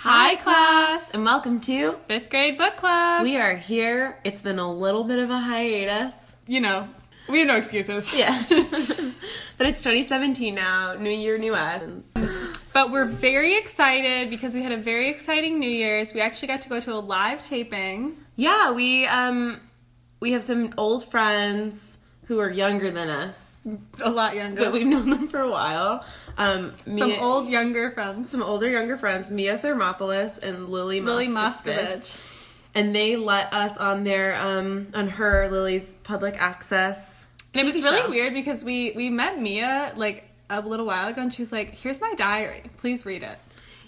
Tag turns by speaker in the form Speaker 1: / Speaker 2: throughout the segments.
Speaker 1: Hi, class, and welcome to.
Speaker 2: Fifth grade book club.
Speaker 1: We are here. It's been a little bit of a hiatus.
Speaker 2: you know, we have no excuses.
Speaker 1: Yeah. but it's 2017 now. New year, new us.
Speaker 2: But we're very excited because we had a very exciting New Year's. We actually got to go to a live taping.
Speaker 1: Yeah, we um we have some old friends who are younger than us,
Speaker 2: A lot
Speaker 1: but
Speaker 2: younger.
Speaker 1: we've known them for a while. Um,
Speaker 2: Some
Speaker 1: Mia-
Speaker 2: old younger friends.
Speaker 1: some older younger friends, Mia Thermopoulos and Lily,
Speaker 2: Lily
Speaker 1: Moskovitz.
Speaker 2: Moskovich.
Speaker 1: and they let us on their um on her Lily's public access.
Speaker 2: And it was
Speaker 1: TV
Speaker 2: really
Speaker 1: show.
Speaker 2: weird because we we met Mia like a little while ago and she was like, "Here's my diary. Please read it."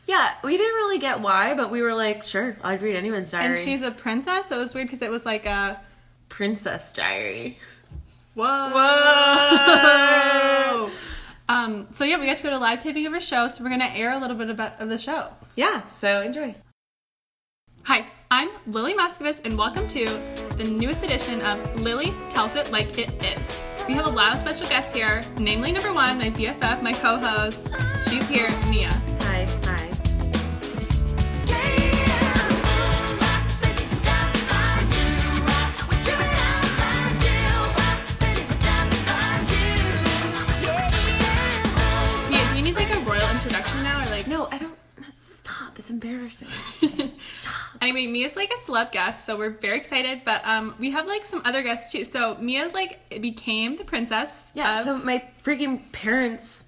Speaker 1: Yeah, we didn't really get why, but we were like, sure, I'd read anyone's diary.
Speaker 2: And she's a princess, so it was weird because it was like a
Speaker 1: Princess Diary.
Speaker 2: whoa.
Speaker 1: Whoa.
Speaker 2: Um, so yeah, we got to go to a live taping of her show, so we're gonna air a little bit about of the show.
Speaker 1: yeah, so enjoy.
Speaker 2: Hi, I'm Lily Moskovich, and welcome to the newest edition of Lily Tells It Like It Is. We have a lot of special guests here, namely number one, my BFF, my co host. She's here, Mia.
Speaker 1: Hi, hi.
Speaker 2: Mia, do you need like a royal introduction now, or like?
Speaker 1: No, I don't. Stop, it's embarrassing.
Speaker 2: Anyway, Mia's like a celeb guest, so we're very excited. But um, we have like some other guests too. So Mia like became the princess.
Speaker 1: Yeah,
Speaker 2: of-
Speaker 1: so my freaking parents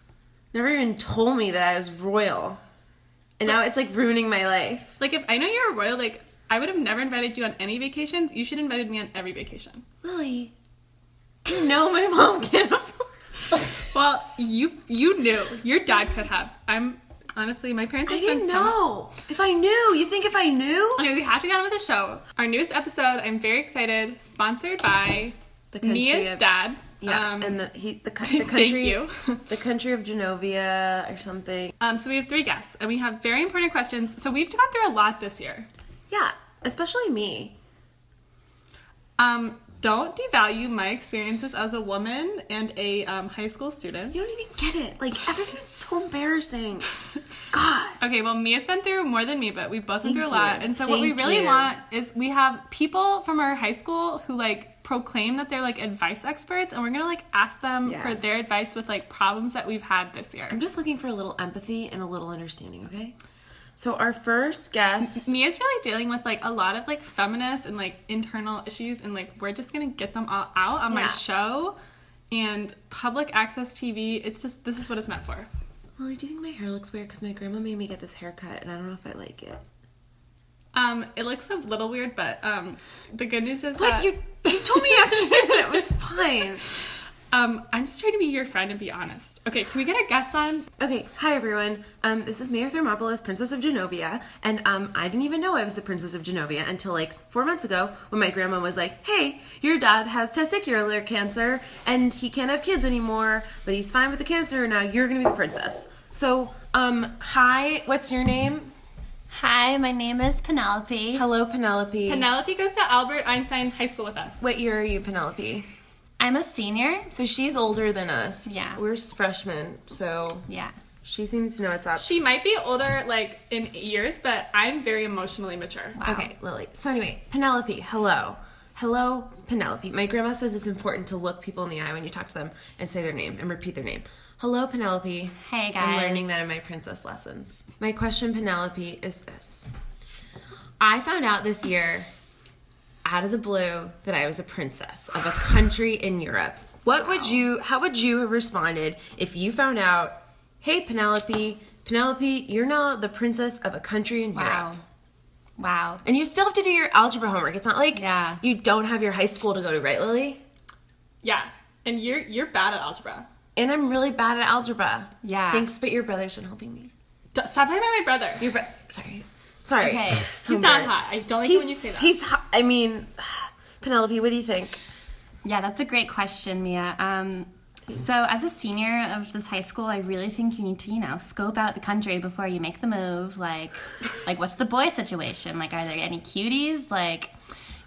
Speaker 1: never even told me that I was royal. And now it's like ruining my life.
Speaker 2: like if I know you're a royal, like I would have never invited you on any vacations. You should have invited me on every vacation.
Speaker 1: Lily, you know my mom can't afford.
Speaker 2: Well, you you knew your dad could have. I'm honestly, my parents.
Speaker 1: I
Speaker 2: have spent
Speaker 1: didn't
Speaker 2: so-
Speaker 1: know. If I knew, you think if I knew?
Speaker 2: Anyway, we have to get on with the show. Our newest episode. I'm very excited. Sponsored by
Speaker 1: The
Speaker 2: Mia's
Speaker 1: of-
Speaker 2: dad.
Speaker 1: Yeah,
Speaker 2: Um,
Speaker 1: and the he the, co- the country.
Speaker 2: thank you.
Speaker 1: The country of Genovia or something.
Speaker 2: um, so we have three guests, and we have very important questions. So we've gone through a lot this year.
Speaker 1: Yeah, especially me.
Speaker 2: Um, don't devalue my experiences as a woman and a um, high school student.
Speaker 1: You don't even get it. Like everything is so embarrassing. God.
Speaker 2: Okay, well, Mia's been through more than me, but we've both been
Speaker 1: Thank
Speaker 2: through a lot.
Speaker 1: you.
Speaker 2: And so, what we
Speaker 1: Thank
Speaker 2: really
Speaker 1: you.
Speaker 2: want is we have people from our high school who like proclaim that they're like advice experts, and we're gonna like ask them
Speaker 1: Yeah.
Speaker 2: for their advice with like problems that we've had this year.
Speaker 1: I'm just looking for a little empathy and a little understanding, okay? So our first guest
Speaker 2: Mia's really dealing with like a lot of like feminist and like internal issues, and like we're just gonna get them all out on my
Speaker 1: Yeah.
Speaker 2: show and public access TV. It's just this is what it's meant for.
Speaker 1: Lily, do you think my hair looks weird? Because my grandma made me get this haircut and I don't know if I like it.
Speaker 2: Uh, Um, it looks a little weird, but um, the good news is
Speaker 1: What
Speaker 2: that
Speaker 1: you you told me yesterday that it was fine.
Speaker 2: Um, I'm just trying to be your friend and be honest. Okay, can we get our guests on?
Speaker 1: Okay, hi everyone. Um, this is Mayor Thermopoulos, Princess of Genovia, and um, I didn't even know I was the Princess of Genovia until like four months ago when my grandma was like, "Hey, your dad has testicular cancer and he can't have kids anymore, but he's fine with the cancer. Now you're gonna be the princess." So, um, hi, what's your name?
Speaker 3: Hi, my name is Penelope.
Speaker 1: Hello, Penelope.
Speaker 2: Penelope goes to Albert Einstein High School with us.
Speaker 1: what year are you, Penelope?
Speaker 3: I'm a senior.
Speaker 1: So she's older than us.
Speaker 3: Yeah.
Speaker 1: we're s- freshmen, so
Speaker 3: Yeah.
Speaker 1: she seems to know what's up.
Speaker 2: She might be older, like in years, but I'm very emotionally mature.
Speaker 1: Okay, Lily. So anyway, Penelope, hello. Hello, Penelope. My grandma says it's important to look people in the eye when you talk to them and say their name and repeat their name. Hello, Penelope.
Speaker 3: Hey,
Speaker 1: I'm
Speaker 3: guys.
Speaker 1: learning that in my princess lessons. My question, Penelope, is this. I found out this year, out of the blue, that I was a princess of a country in Europe. What would you, how would you have responded if you found out, hey, Penelope, Penelope, you're now the princess of a country in Europe?
Speaker 3: Wow. Wow.
Speaker 1: And you still have to do your algebra homework. It's not like
Speaker 3: Yeah.
Speaker 1: you don't have your high school to go to, right, Lily?
Speaker 2: Yeah, and you're you're bad at algebra.
Speaker 1: And I'm really bad at algebra.
Speaker 3: Yeah.
Speaker 1: Thanks, but your brother's been helping me.
Speaker 2: D- Stop talking about my brother.
Speaker 1: Your bro- sorry. Sorry.
Speaker 3: Okay.
Speaker 1: So
Speaker 2: he's not
Speaker 1: embarrassed.
Speaker 2: hot. I don't like it
Speaker 1: He's,
Speaker 2: when you say that.
Speaker 1: he's hot. I mean, Penelope, what do you think?
Speaker 3: Yeah, that's a great question, Mia. Um, so, as a senior of this high school, I really think you need to, you know, scope out the country before you make the move. Like, like what's the boy situation? Like, are there any cuties? Like,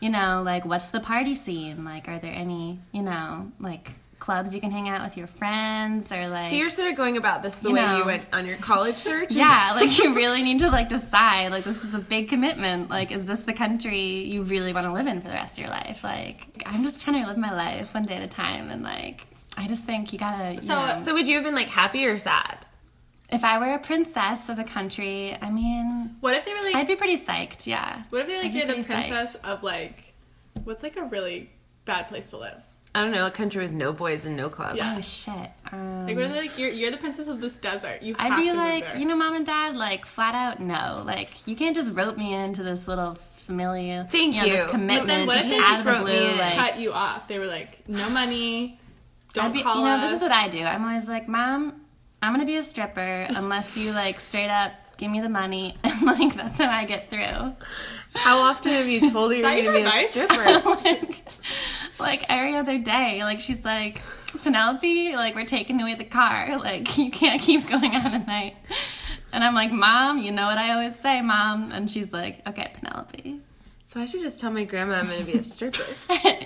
Speaker 3: you know, like what's the party scene? Like, are there any, you know, like clubs you can hang out with your friends or like
Speaker 1: So you're sort of going about this the
Speaker 3: You
Speaker 1: way
Speaker 3: know.
Speaker 1: you went on your college search? Is-
Speaker 3: yeah like you really need to like decide like this is a big commitment like is this the country you really want to live in for the rest of your life like i'm just trying to live my life one day at a time and like i just think you gotta you know.
Speaker 1: So would you have been like happy or sad?
Speaker 3: if i were a princess of a country i mean
Speaker 2: What if they were like?
Speaker 3: i'd be pretty psyched yeah
Speaker 2: what if they were like
Speaker 3: I'd be
Speaker 2: you're the
Speaker 3: pretty psyched.
Speaker 2: princess of like? What's like a really bad place to live?
Speaker 1: I don't know, a country with no boys and no clubs.
Speaker 2: Yeah.
Speaker 3: oh shit um,
Speaker 2: Like what if they're like you're you're the princess of this desert? You have
Speaker 3: I'd be
Speaker 2: to
Speaker 3: like,
Speaker 2: live there.
Speaker 3: you know, mom and dad, like flat out no. Like you can't just rope me into this little familial,
Speaker 1: Thank
Speaker 3: you know,
Speaker 1: you.
Speaker 3: this
Speaker 1: But
Speaker 2: But
Speaker 3: commitment
Speaker 2: then what if
Speaker 3: just
Speaker 2: they
Speaker 3: out
Speaker 2: just
Speaker 3: of the
Speaker 2: wrote me
Speaker 3: blue.
Speaker 2: and
Speaker 3: like
Speaker 2: cut you off? They were like, no money, don't
Speaker 3: I'd be,
Speaker 2: call
Speaker 3: you know,
Speaker 2: us.
Speaker 3: this is what I do. I'm always like, mom, I'm gonna be a stripper unless you like straight up give me the money, and like that's how I get through.
Speaker 1: How often have you told her you're
Speaker 2: that
Speaker 1: going to
Speaker 2: your
Speaker 1: be a
Speaker 2: advice?
Speaker 1: stripper?
Speaker 3: like, like every other day, like she's like, Penelope, like we're taking away the car. Like you can't keep going out at night. And I'm like, Mom, you know what I always say, Mom. And she's like, Okay, Penelope.
Speaker 1: so I should just tell my grandma I'm going to be a stripper.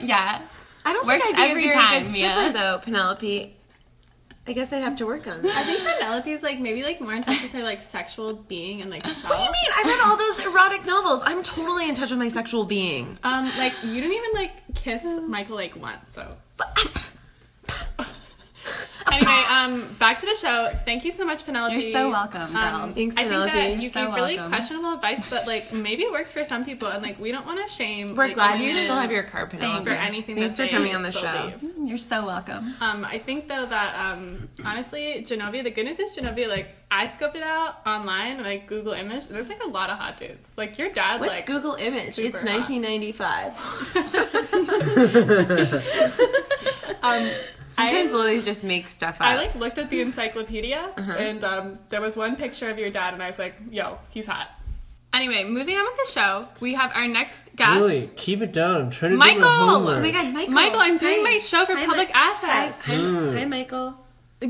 Speaker 3: yeah.
Speaker 1: I don't
Speaker 3: Works
Speaker 1: think I'd be
Speaker 3: every
Speaker 1: a very
Speaker 3: time,
Speaker 1: good stripper
Speaker 3: yeah.
Speaker 1: though, Penelope. I guess I'd have to work on that.
Speaker 2: I think Penelope's like maybe like more in touch with her like sexual being and like self.
Speaker 1: What do you mean? I read all those erotic novels. I'm totally in touch with my sexual being.
Speaker 2: Um, like you didn't even like kiss Michael like once, so. anyway, um, back to the show. Thank you so much, Penelope. Um,
Speaker 3: You're so welcome, girls.
Speaker 1: Thanks,
Speaker 2: I think
Speaker 1: Penelope.
Speaker 2: that you
Speaker 3: You're so
Speaker 2: gave really
Speaker 3: welcome.
Speaker 2: questionable advice, but like maybe it works for some people, and like we don't want to shame.
Speaker 1: We're
Speaker 2: like,
Speaker 1: glad you
Speaker 2: women
Speaker 1: still have your car, Penelope.
Speaker 2: for anything.
Speaker 1: Thanks
Speaker 2: that
Speaker 1: for
Speaker 2: they
Speaker 1: coming on the show.
Speaker 2: believe.
Speaker 3: You're so welcome.
Speaker 2: Um, I think though that um, honestly, Genovia. The good news is Genovia. Like I scoped it out online and I Google image. and There's like a lot of hot dudes. Like your dad.
Speaker 1: What's
Speaker 2: like,
Speaker 1: Google Image?
Speaker 2: super
Speaker 1: It's
Speaker 2: hot.
Speaker 1: 1995.
Speaker 2: Um,
Speaker 1: Sometimes
Speaker 2: I,
Speaker 1: Lily's just makes stuff up.
Speaker 2: I like looked at the encyclopedia
Speaker 1: Uh-huh.
Speaker 2: and um, there was one picture of your dad and I was like, yo, he's hot. Anyway, moving on with the show, we have our next guest.
Speaker 4: Lily, keep it down. I'm trying to do
Speaker 2: Michael!
Speaker 4: my
Speaker 2: Oh
Speaker 4: homework.
Speaker 1: Oh my god, Michael.
Speaker 2: Michael, I'm doing
Speaker 1: Hi.
Speaker 2: my show for
Speaker 1: Hi,
Speaker 2: public
Speaker 1: Mi- Hi,
Speaker 2: access.
Speaker 1: hi,
Speaker 4: Mm.
Speaker 1: hi, Michael.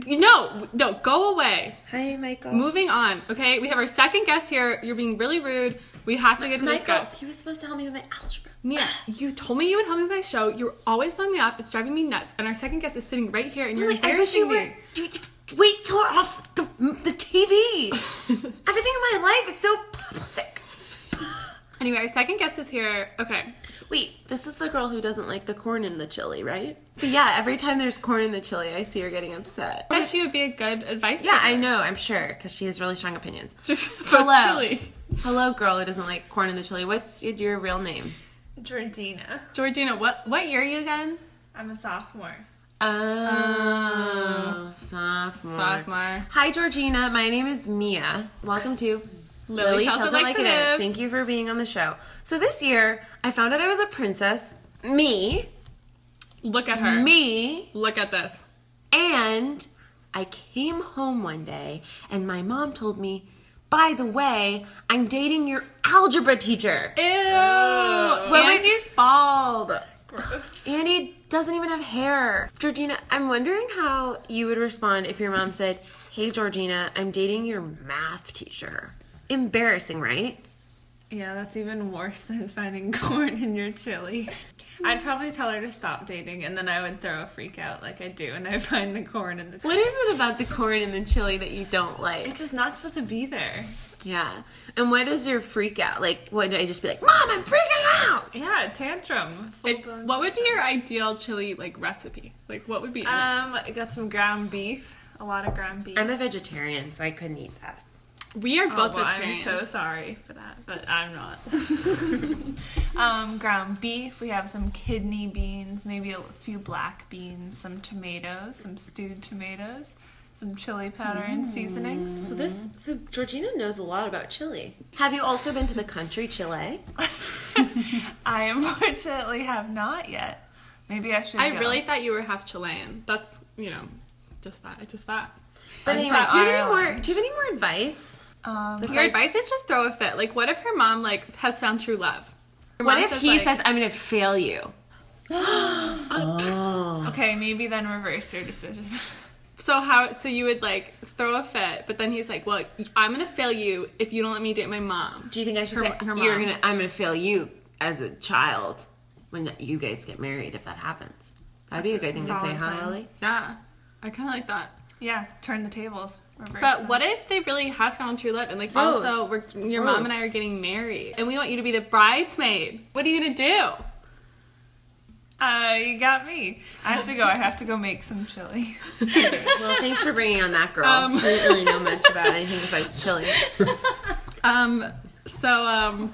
Speaker 2: No, no, go away.
Speaker 1: Hi, Michael.
Speaker 2: Moving on, okay? We have our second guest here. You're being really rude. We have to get to this
Speaker 1: Michael,
Speaker 2: guest.
Speaker 1: he was supposed to help me with my algebra.
Speaker 2: Mia, you told me you would help me with my show. You're always blowing me up. It's driving me nuts. And our second guest is sitting right here, and you're
Speaker 1: Lily, I wish
Speaker 2: embarrassing
Speaker 1: you
Speaker 2: me.
Speaker 1: were. you- you- Wait till we're off the, the TV. Everything in my life is so public.
Speaker 2: Anyway, our second guest is here. Okay,
Speaker 1: Wait, this is the girl who doesn't like the corn in the chili, right? But yeah, every time there's corn in the chili, I see her getting upset.
Speaker 2: that she would be a good advice.
Speaker 1: Yeah, I
Speaker 2: giver.
Speaker 1: know, I'm sure, because she has really strong opinions.
Speaker 2: Just for
Speaker 1: Hello.
Speaker 2: chili.
Speaker 1: Hello, girl who doesn't like corn in the chili. What's your real name?
Speaker 5: Georgina.
Speaker 2: Georgina, what what year are you again?
Speaker 5: I'm a sophomore.
Speaker 1: Oh, sophomore.
Speaker 2: Sophomore.
Speaker 1: Hi, Georgina. My name is Mia. Welcome to
Speaker 2: Lily Tells It Like It Is.
Speaker 1: Thank you for being on the show. So this year, I found out I was a princess. Me,
Speaker 2: Look at her.
Speaker 1: me,
Speaker 2: Look at this.
Speaker 1: and I came home one day, and my mom told me, "By the way, I'm dating your algebra teacher."
Speaker 2: Ew.
Speaker 1: When we-
Speaker 2: Andy's bald.
Speaker 1: Andy doesn't even have hair. Georgina, I'm wondering how you would respond if your mom said, Hey, Georgina, I'm dating your math teacher. Embarrassing, right?
Speaker 5: Yeah, that's even worse than finding corn in your chili. I'd probably tell her to stop dating and then I would throw a freak out like I do and I find the corn in the
Speaker 1: What is it about the corn and the chili that you don't like?
Speaker 5: It's just not supposed to be there.
Speaker 1: Yeah. And what is your freak out? Like, what did I just be like, Mom, I'm freaking out?
Speaker 5: Yeah, tantrum. Full
Speaker 2: Like,
Speaker 5: blown
Speaker 2: what would be your ideal chili like recipe? Like what would be? in it?
Speaker 5: Um I got some ground beef. A lot of ground beef.
Speaker 1: I'm a vegetarian, so I couldn't eat that.
Speaker 2: we are
Speaker 5: Oh,
Speaker 2: both
Speaker 5: well, I'm
Speaker 2: vegetarians.
Speaker 5: so sorry for that, but I'm not. um, ground beef. We have some kidney beans, maybe a few black beans, some tomatoes, some stewed tomatoes, some chili powder and seasonings.
Speaker 1: So this, so Georgina knows a lot about chili. Mm-hmm. Have you also been to the country Chile?
Speaker 5: I unfortunately have not yet. Maybe I should.
Speaker 2: I
Speaker 5: go.
Speaker 2: really thought you were half Chilean. That's you know, just that. I just thought.
Speaker 1: But
Speaker 2: I just
Speaker 1: anyway,
Speaker 2: thought
Speaker 1: do you have any
Speaker 2: Ireland.
Speaker 1: more? Do you have any more advice?
Speaker 5: Um,
Speaker 2: Your advice is just throw a fit. Like what if her mom like has found true love? Your
Speaker 1: What
Speaker 2: mom
Speaker 1: if he
Speaker 2: like-
Speaker 1: says, I'm going to fail you?
Speaker 5: okay, maybe then reverse your decision.
Speaker 2: So how? So you would like throw a fit, but then he's like, "Well, I'm gonna fail you if you don't let me date my mom."
Speaker 1: Do you think I should
Speaker 2: Her-
Speaker 1: say
Speaker 2: her
Speaker 1: you're
Speaker 2: mom.
Speaker 1: gonna? I'm gonna fail you as a child when you guys get married if that happens. That'd be a good thing to say,
Speaker 5: solid
Speaker 1: huh,
Speaker 5: plan.
Speaker 1: Lily?
Speaker 2: Yeah, I kind of like that.
Speaker 5: Yeah, turn the tables. Reverse
Speaker 2: But
Speaker 5: them.
Speaker 2: what if they really have found true love and like
Speaker 1: Gross.
Speaker 2: also we're, your mom and I are
Speaker 1: Gross.
Speaker 2: getting married and we want you to be the bridesmaid? What are you gonna do?
Speaker 5: Uh, you got me. I have to go. I have to go make some chili.
Speaker 1: Well, thanks for bringing on that girl.
Speaker 2: Um.
Speaker 1: she didn't really know much about anything besides chili.
Speaker 2: Um. So um.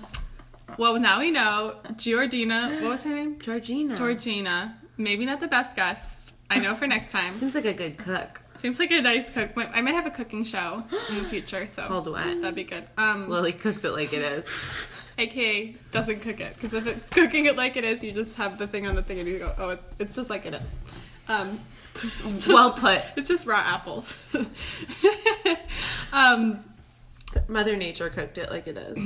Speaker 2: Well, now we know Georgina. What was her name?
Speaker 1: Georgina.
Speaker 2: Georgina. Maybe not the best guest. I know for next time.
Speaker 1: Seems like a good cook.
Speaker 2: Seems like a nice cook. Might- I might have a cooking show in the future, so
Speaker 1: Called what?
Speaker 2: that'd be good. Um,
Speaker 1: Lily cooks it like it is.
Speaker 2: aka doesn't cook it because if it's cooking it like it is, you just have the thing on the thing and you go, oh, it, it's just like it is. Um, it's just-
Speaker 1: well put.
Speaker 2: It's just raw apples. um,
Speaker 1: Mother Nature cooked it like it is.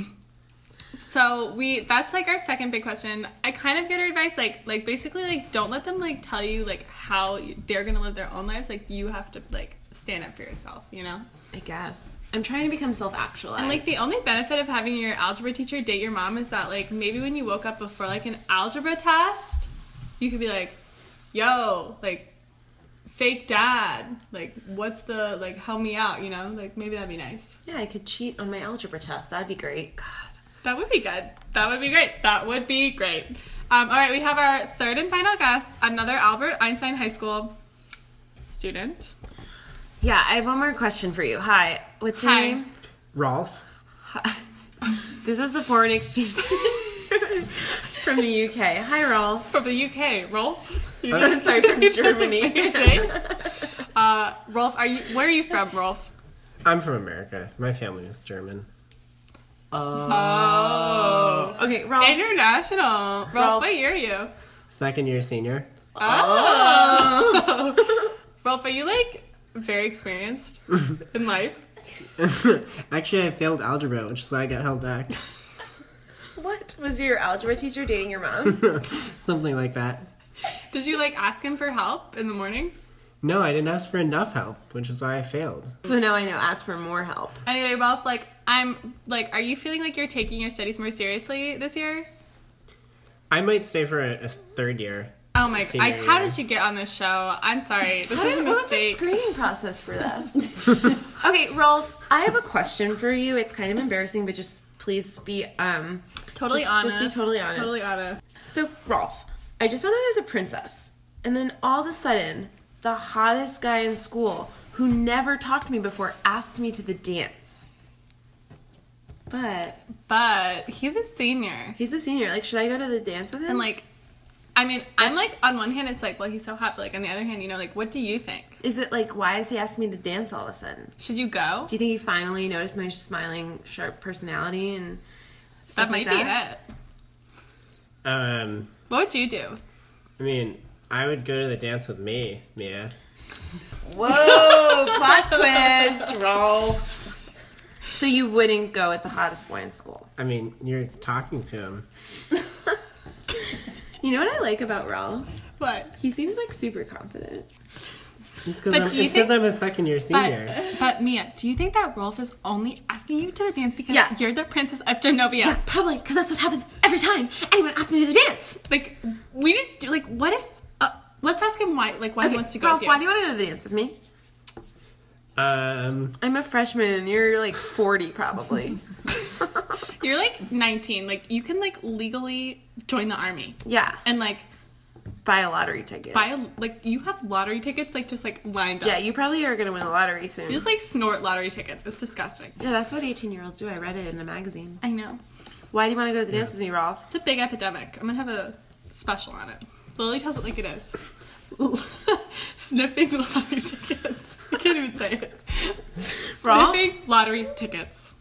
Speaker 2: so we that's like our second big question. I kind of get her advice like like basically like don't let them like tell you like how you- they're gonna live their own lives. Like you have to like stand up for yourself, you know.
Speaker 1: I guess. I'm trying to become self actualized.
Speaker 2: And like the only benefit of having your algebra teacher date your mom is that like maybe when you woke up before like an algebra test, you could be like, "Yo, like fake dad, like what's the like help me out," you know? Like maybe that'd be nice.
Speaker 1: Yeah, I could cheat on my algebra test. That'd be great. God.
Speaker 2: That would be good. That would be great. That would be great. Um, all right, we have our third and final guest, another Albert Einstein High School student.
Speaker 1: Yeah, I have one more question for you. Hi. What's your
Speaker 2: Hi.
Speaker 1: name?
Speaker 4: Rolf.
Speaker 1: This is the foreign exchange from the UK. Hi, Rolf.
Speaker 2: From the UK, Rolf. You
Speaker 4: Huh?
Speaker 2: know,
Speaker 1: I'm sorry, from Germany.
Speaker 2: British name. Uh, Rolf, are you? Where are you from, Rolf?
Speaker 4: I'm from America. My family is German.
Speaker 2: Oh,
Speaker 1: okay, Rolf.
Speaker 2: international. Rolf,
Speaker 1: Rolf.
Speaker 2: what year are you?
Speaker 4: Second year senior.
Speaker 2: Oh, Rolf, are you like very experienced in life?
Speaker 4: Actually, I failed algebra, which is why I got held back.
Speaker 1: What was your algebra teacher dating your mom?
Speaker 4: Something like that.
Speaker 2: Did you like ask him for help in the mornings?
Speaker 4: No, I didn't ask for enough help, which is why I failed.
Speaker 1: So now I know. Ask for more help.
Speaker 2: Anyway, Ralph, like I'm like, are you feeling like you're taking your studies more seriously this year?
Speaker 4: I might stay for a, a third year.
Speaker 2: Oh my!
Speaker 4: Senior
Speaker 2: Like, how
Speaker 4: year.
Speaker 2: did you get on this show? I'm sorry, this is a
Speaker 1: What was the
Speaker 2: mistake.
Speaker 1: screening process for this? okay, Rolf. I have a question for you. It's kind of embarrassing, but just please be um.
Speaker 2: Totally
Speaker 1: just,
Speaker 2: honest.
Speaker 1: Just be totally honest.
Speaker 2: Totally honest.
Speaker 1: So, Rolf, I just found out I was a princess. And then all of a sudden, the hottest guy in school who never talked to me before asked me to the dance. But
Speaker 2: But he's a senior,
Speaker 1: he's a senior. Like, should I go to the dance with him?
Speaker 2: and like, I mean, I'm like, on one hand, it's like, well, he's so hot, but like, on the other hand, you know, like, what do you think?
Speaker 1: is it like, why is he asking me to dance all of a sudden?
Speaker 2: Should you go?
Speaker 1: Do you think he finally noticed my smiling, sharp personality and stuff
Speaker 2: that might
Speaker 1: like that?
Speaker 2: be it.
Speaker 4: Um,
Speaker 2: What would you do?
Speaker 4: I mean, I would go to the dance with me, Mia.
Speaker 1: Whoa, Oh, plot twist, Rolf. So you wouldn't go with the hottest boy in school.
Speaker 4: I mean, you're talking to him.
Speaker 1: You know what I like about Rolf?
Speaker 2: What?
Speaker 1: He seems like super confident.
Speaker 4: It's because
Speaker 2: But
Speaker 4: I'm,
Speaker 2: do you
Speaker 4: it's 'cause
Speaker 2: think-
Speaker 4: I'm a second year senior.
Speaker 2: But, but Mia, do you think that Rolf is only asking you to the dance because
Speaker 1: Yeah.
Speaker 2: you're the princess of Genovia?
Speaker 1: Uh, Probably, because that's what happens every time anyone asks me to the dance.
Speaker 2: Like, we didn't do, like, what if, uh, let's ask him why, like, why he wants to go
Speaker 1: Ralph,
Speaker 2: with you.
Speaker 1: why do you want to go to the dance with me?
Speaker 4: um,
Speaker 1: I'm a freshman and you're like 40 probably.
Speaker 2: You're, like, 19. Like, you can, like, legally join the army.
Speaker 1: yeah,
Speaker 2: And, like,
Speaker 1: buy a lottery ticket.
Speaker 2: buy, a, like, you have lottery tickets, like, just, like, lined up.
Speaker 1: yeah, you probably are going to win the lottery soon.
Speaker 2: You just, like, snort lottery tickets. It's disgusting.
Speaker 1: yeah, that's what 18 year olds do. I read it in a magazine.
Speaker 2: I know.
Speaker 1: Why do you want to go to the dance with me, Ralph?
Speaker 2: It's a big epidemic. I'm gonna have a special on it. Lily tells it like it is. Sniffing lottery tickets. I can't even say it.
Speaker 1: Wrong?
Speaker 2: Sniffing lottery tickets.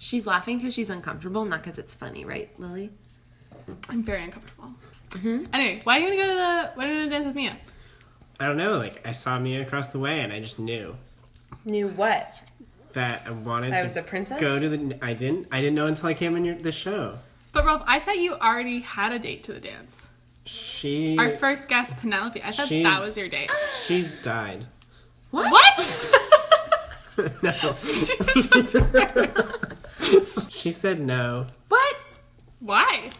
Speaker 1: She's laughing because she's uncomfortable, not because it's funny, right, Lily?
Speaker 2: I'm very uncomfortable. Anyway, why are you gonna go to the why are you gonna dance with Mia?
Speaker 4: I don't know. Like, I saw Mia across the way, and I just knew
Speaker 1: Knew what?
Speaker 4: that I wanted
Speaker 1: I
Speaker 4: to
Speaker 1: was a princess?
Speaker 4: go to the. I didn't. I didn't know until I came in your, the show.
Speaker 2: But Rolf, I thought you already had a date to the dance.
Speaker 4: She
Speaker 2: Our first guest, Penelope. I thought
Speaker 4: She-
Speaker 2: that was your date.
Speaker 4: she died.
Speaker 1: What?
Speaker 2: What?
Speaker 4: No. she said no.
Speaker 1: What?
Speaker 2: why?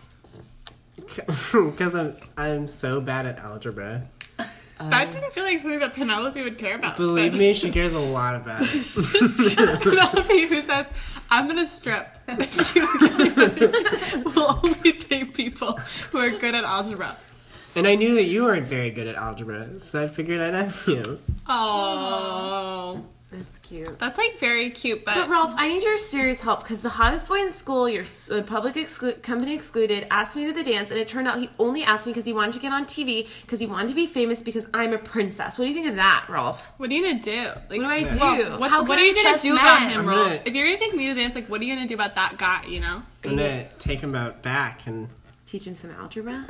Speaker 4: Because I'm I'm so bad at algebra.
Speaker 2: that didn't feel like something that Penelope would care about.
Speaker 4: Believe
Speaker 2: but-
Speaker 4: me, she cares a lot about it.
Speaker 2: Penelope who says, I'm gonna strip. If you- we'll only date people who are good at algebra.
Speaker 4: And I knew that you weren't very good at algebra, so I figured I'd ask you.
Speaker 2: Oh,
Speaker 1: That's cute.
Speaker 2: that's like very cute, but,
Speaker 1: But Rolf, I need your serious help because the hottest boy in school, your s- uh, public exclu- company excluded, asked me to the dance, and it turned out he only asked me because he wanted to get on TV because he wanted to be famous because I'm a princess. What do you think of that, Rolf?
Speaker 2: what are you gonna do? Like,
Speaker 1: What do I do?
Speaker 2: Rolf, what,
Speaker 1: How
Speaker 2: what
Speaker 1: can
Speaker 2: are you
Speaker 1: I
Speaker 2: gonna
Speaker 1: just
Speaker 2: do
Speaker 1: met?
Speaker 2: about him,
Speaker 4: I'm
Speaker 2: Rolf?
Speaker 4: gonna-
Speaker 2: If you're gonna take me to dance, like, what are you gonna do about that guy? You know?
Speaker 4: I'm gonna take him out back and
Speaker 1: Teach him some algebra.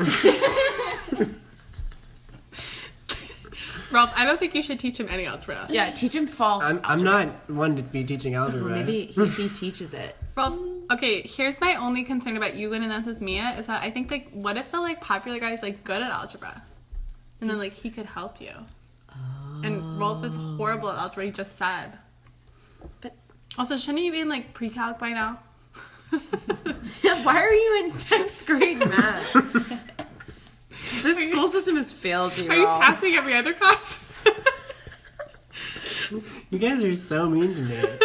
Speaker 2: Rolf, I don't think you should teach him any algebra.
Speaker 1: yeah, teach him false.
Speaker 4: I'm, I'm not one to be teaching algebra.
Speaker 1: Well, maybe he, he teaches it.
Speaker 2: Rolf, okay, here's my only concern about you going to dance with Mia is that I think like what if the like popular guy's like good at algebra? And then like he could help you. And Rolf is horrible at algebra, he just said.
Speaker 1: But-
Speaker 2: also shouldn't you be in like pre calc by now?
Speaker 1: Why are you in tenth grade math? the school system has failed you.
Speaker 2: Are you
Speaker 1: Rolf.
Speaker 2: passing every other class?
Speaker 4: You guys are so mean to me.
Speaker 2: Are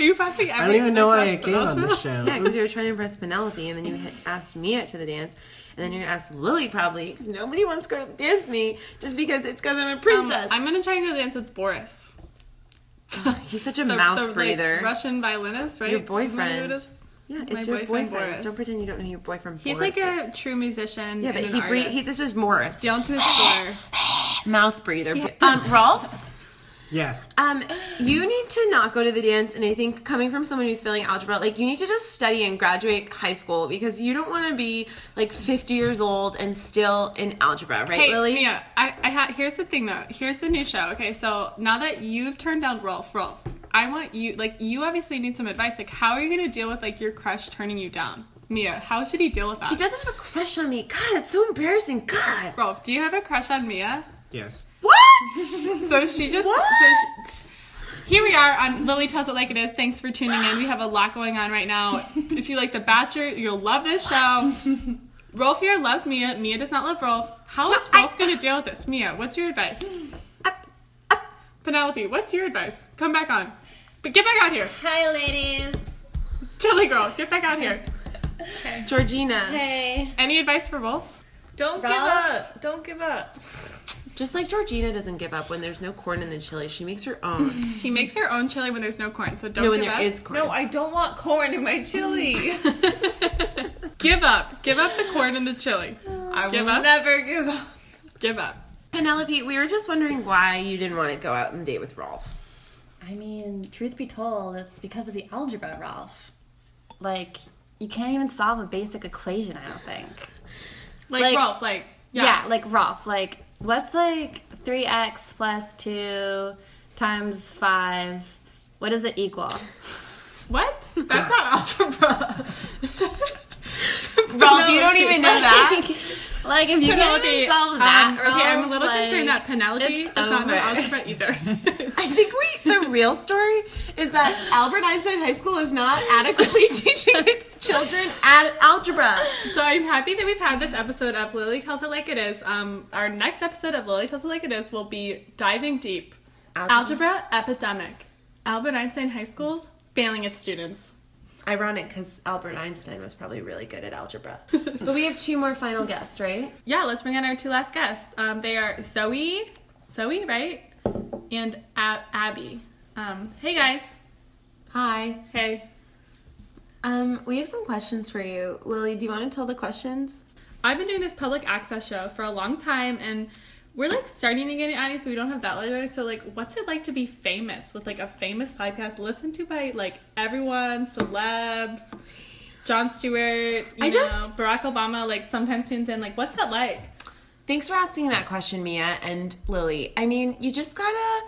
Speaker 2: you passing every
Speaker 4: I don't even know
Speaker 2: other
Speaker 4: why I
Speaker 2: class but
Speaker 4: came on
Speaker 2: algebra?
Speaker 4: this show.
Speaker 1: Yeah, because you were trying to impress Penelope, and then you had asked Mia to the dance, and then you're gonna ask Lily probably because nobody wants to go to the dance with me just because it's because I'm a
Speaker 2: Um,
Speaker 1: princess.
Speaker 2: I'm gonna try and go dance with Boris.
Speaker 1: He's such a
Speaker 2: The,
Speaker 1: mouth
Speaker 2: the, like,
Speaker 1: breather.
Speaker 2: Russian violinist, right?
Speaker 1: Your
Speaker 2: Isn't that who it
Speaker 1: boyfriend.
Speaker 2: is?
Speaker 1: yeah,
Speaker 2: my
Speaker 1: it's your boyfriend.
Speaker 2: boyfriend, Boris.
Speaker 1: Don't pretend you don't know who your boyfriend.
Speaker 2: He's
Speaker 1: Boris
Speaker 2: like
Speaker 1: is.
Speaker 2: a true musician.
Speaker 1: yeah, but
Speaker 2: and
Speaker 1: he
Speaker 2: an
Speaker 1: breathes. He,
Speaker 2: artist.
Speaker 1: this is Morris.
Speaker 2: down to his floor.
Speaker 1: Mouth breather.
Speaker 2: Yeah.
Speaker 1: Um, Rolf.
Speaker 4: Yes.
Speaker 1: Um, you need to not go to the dance, and I think coming from someone who's failing algebra, like you need to just study and graduate high school because you don't want to be like 50 years old and still in algebra, right,
Speaker 2: Hey,
Speaker 1: Lily?
Speaker 2: Mia, I, I ha- here's the thing though. Here's the new show. Okay, so now that you've turned down Rolf, Rolf, I want you like you obviously need some advice. Like, how are you gonna deal with like your crush turning you down, Mia? How should he deal with that?
Speaker 1: He doesn't have a crush on me. God, it's so embarrassing. God.
Speaker 2: Rolf, do you have a crush on Mia?
Speaker 4: Yes.
Speaker 1: What?
Speaker 2: So she just.
Speaker 1: What?
Speaker 2: so she- here we are on Lily Tells It Like It Is. Thanks for tuning in. We have a lot going on right now. If you like The Bachelor, you'll love this show. Rolf here loves Mia. Mia does not love Rolf. How is
Speaker 1: I-
Speaker 2: Rolf going to deal with this? Mia, what's your advice? Uh,
Speaker 1: Up,
Speaker 2: Penelope, what's your advice? Come back on. But get back out here.
Speaker 3: Hi, ladies.
Speaker 2: Chili girl, get back out here.
Speaker 1: Georgina.
Speaker 3: Hey.
Speaker 2: Any advice for Rolf?
Speaker 5: Don't give
Speaker 3: Ralph?
Speaker 5: up. Don't give up.
Speaker 1: Just like Georgina doesn't give up when there's no corn in the chili, she makes her own.
Speaker 2: She makes her own chili when there's no corn, so don't
Speaker 1: no,
Speaker 2: give
Speaker 1: when there
Speaker 2: up.
Speaker 1: is corn.
Speaker 5: No, I don't want corn in my chili.
Speaker 2: give up. Give up the corn and the chili.
Speaker 5: I
Speaker 2: Give
Speaker 5: will
Speaker 2: up.
Speaker 5: never give up.
Speaker 2: Give up.
Speaker 1: Penelope, we were just wondering why you didn't want to go out and date with Rolf.
Speaker 3: I mean, truth be told, it's because of the algebra, Rolf. Like, you can't even solve a basic equation, I don't think.
Speaker 2: Like,
Speaker 3: Like-
Speaker 2: Rolf, like, yeah.
Speaker 3: Yeah, like Rolf, like what's like three x plus two times five? What does it equal?
Speaker 2: What? That's not algebra.
Speaker 1: Rolf, you don't even know that.
Speaker 3: Like if you can't
Speaker 2: Penelope.
Speaker 3: even solve that,
Speaker 2: um, okay, I'm a little
Speaker 3: Rolf,
Speaker 2: concerned
Speaker 3: like-
Speaker 2: that Penelope
Speaker 3: it's
Speaker 2: does not know
Speaker 3: over.
Speaker 2: algebra either.
Speaker 1: I think we the real story is that Albert Einstein High School is not adequately teaching its children ad- algebra.
Speaker 2: So I'm happy that we've had this episode of Lily Tells It Like It Is. Um, our next episode of Lily Tells It Like It Is will be diving deep. Algebra, epidemic. Albert Einstein High School's failing its students.
Speaker 1: Ironic because Albert Einstein was probably really good at algebra. but we have two more final guests, right?
Speaker 2: Yeah, let's bring on our two last guests. Um, they are Zoe, Zoe, right? And Ab- Abby. Um, hey guys.
Speaker 1: Hi.
Speaker 2: Hey.
Speaker 1: Um, we have some questions for you. Lily, do you want to tell the questions?
Speaker 2: I've been doing this public access show for a long time and we're like starting to get an audience, but we don't have that large audience. So like what's it like to be famous with like a famous podcast listened to by like everyone, celebs, John Stewart, you
Speaker 1: I
Speaker 2: know,
Speaker 1: just-
Speaker 2: Barack Obama like sometimes tunes in, like what's that like?
Speaker 1: Thanks for asking that question, Mia and Lily. I mean, you just gotta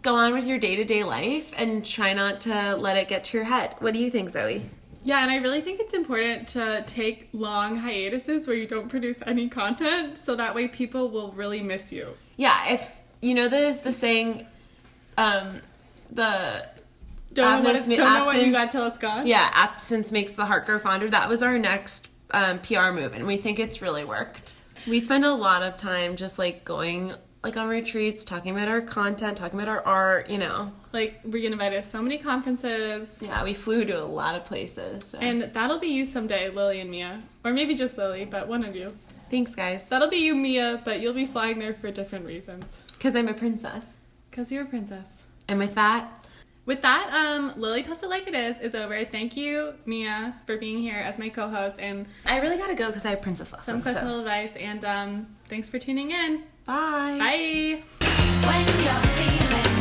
Speaker 1: go on with your day to day life and try not to let it get to your head. What do you think, Zoe?
Speaker 2: Yeah, and I really think it's important to take long hiatuses where you don't produce any content so that way people will really miss you.
Speaker 1: Yeah, if you know the the saying, um, the
Speaker 2: Don't, know what,
Speaker 1: Absence-
Speaker 2: it's, don't know what you
Speaker 1: absence-
Speaker 2: got till it's gone.
Speaker 1: yeah absence makes the heart grow fonder. That was our next um, PR move, and we think it's really worked. We spend a lot of time just like going like on retreats, talking about our content, talking about our art. You know,
Speaker 2: Like we're gonna invite us to so many conferences.
Speaker 1: yeah, we flew to a lot of places. So.
Speaker 2: And that'll be you someday, Lily and Mia. Or maybe just Lily, but one of you.
Speaker 1: thanks, guys,
Speaker 2: That'll be you, Mia, but you'll be flying there for different reasons.
Speaker 1: because I'm a princess.
Speaker 2: Because you're a princess.
Speaker 1: And with that,
Speaker 2: With that, um, Lily Tells It Like It Is is over. Thank you, Mia, for being here as my co host and
Speaker 1: I really gotta go because I have princess lessons.
Speaker 2: some
Speaker 1: so-
Speaker 2: questionable advice. And um, thanks for tuning in.
Speaker 1: Bye.
Speaker 2: Bye.
Speaker 6: When you're feeling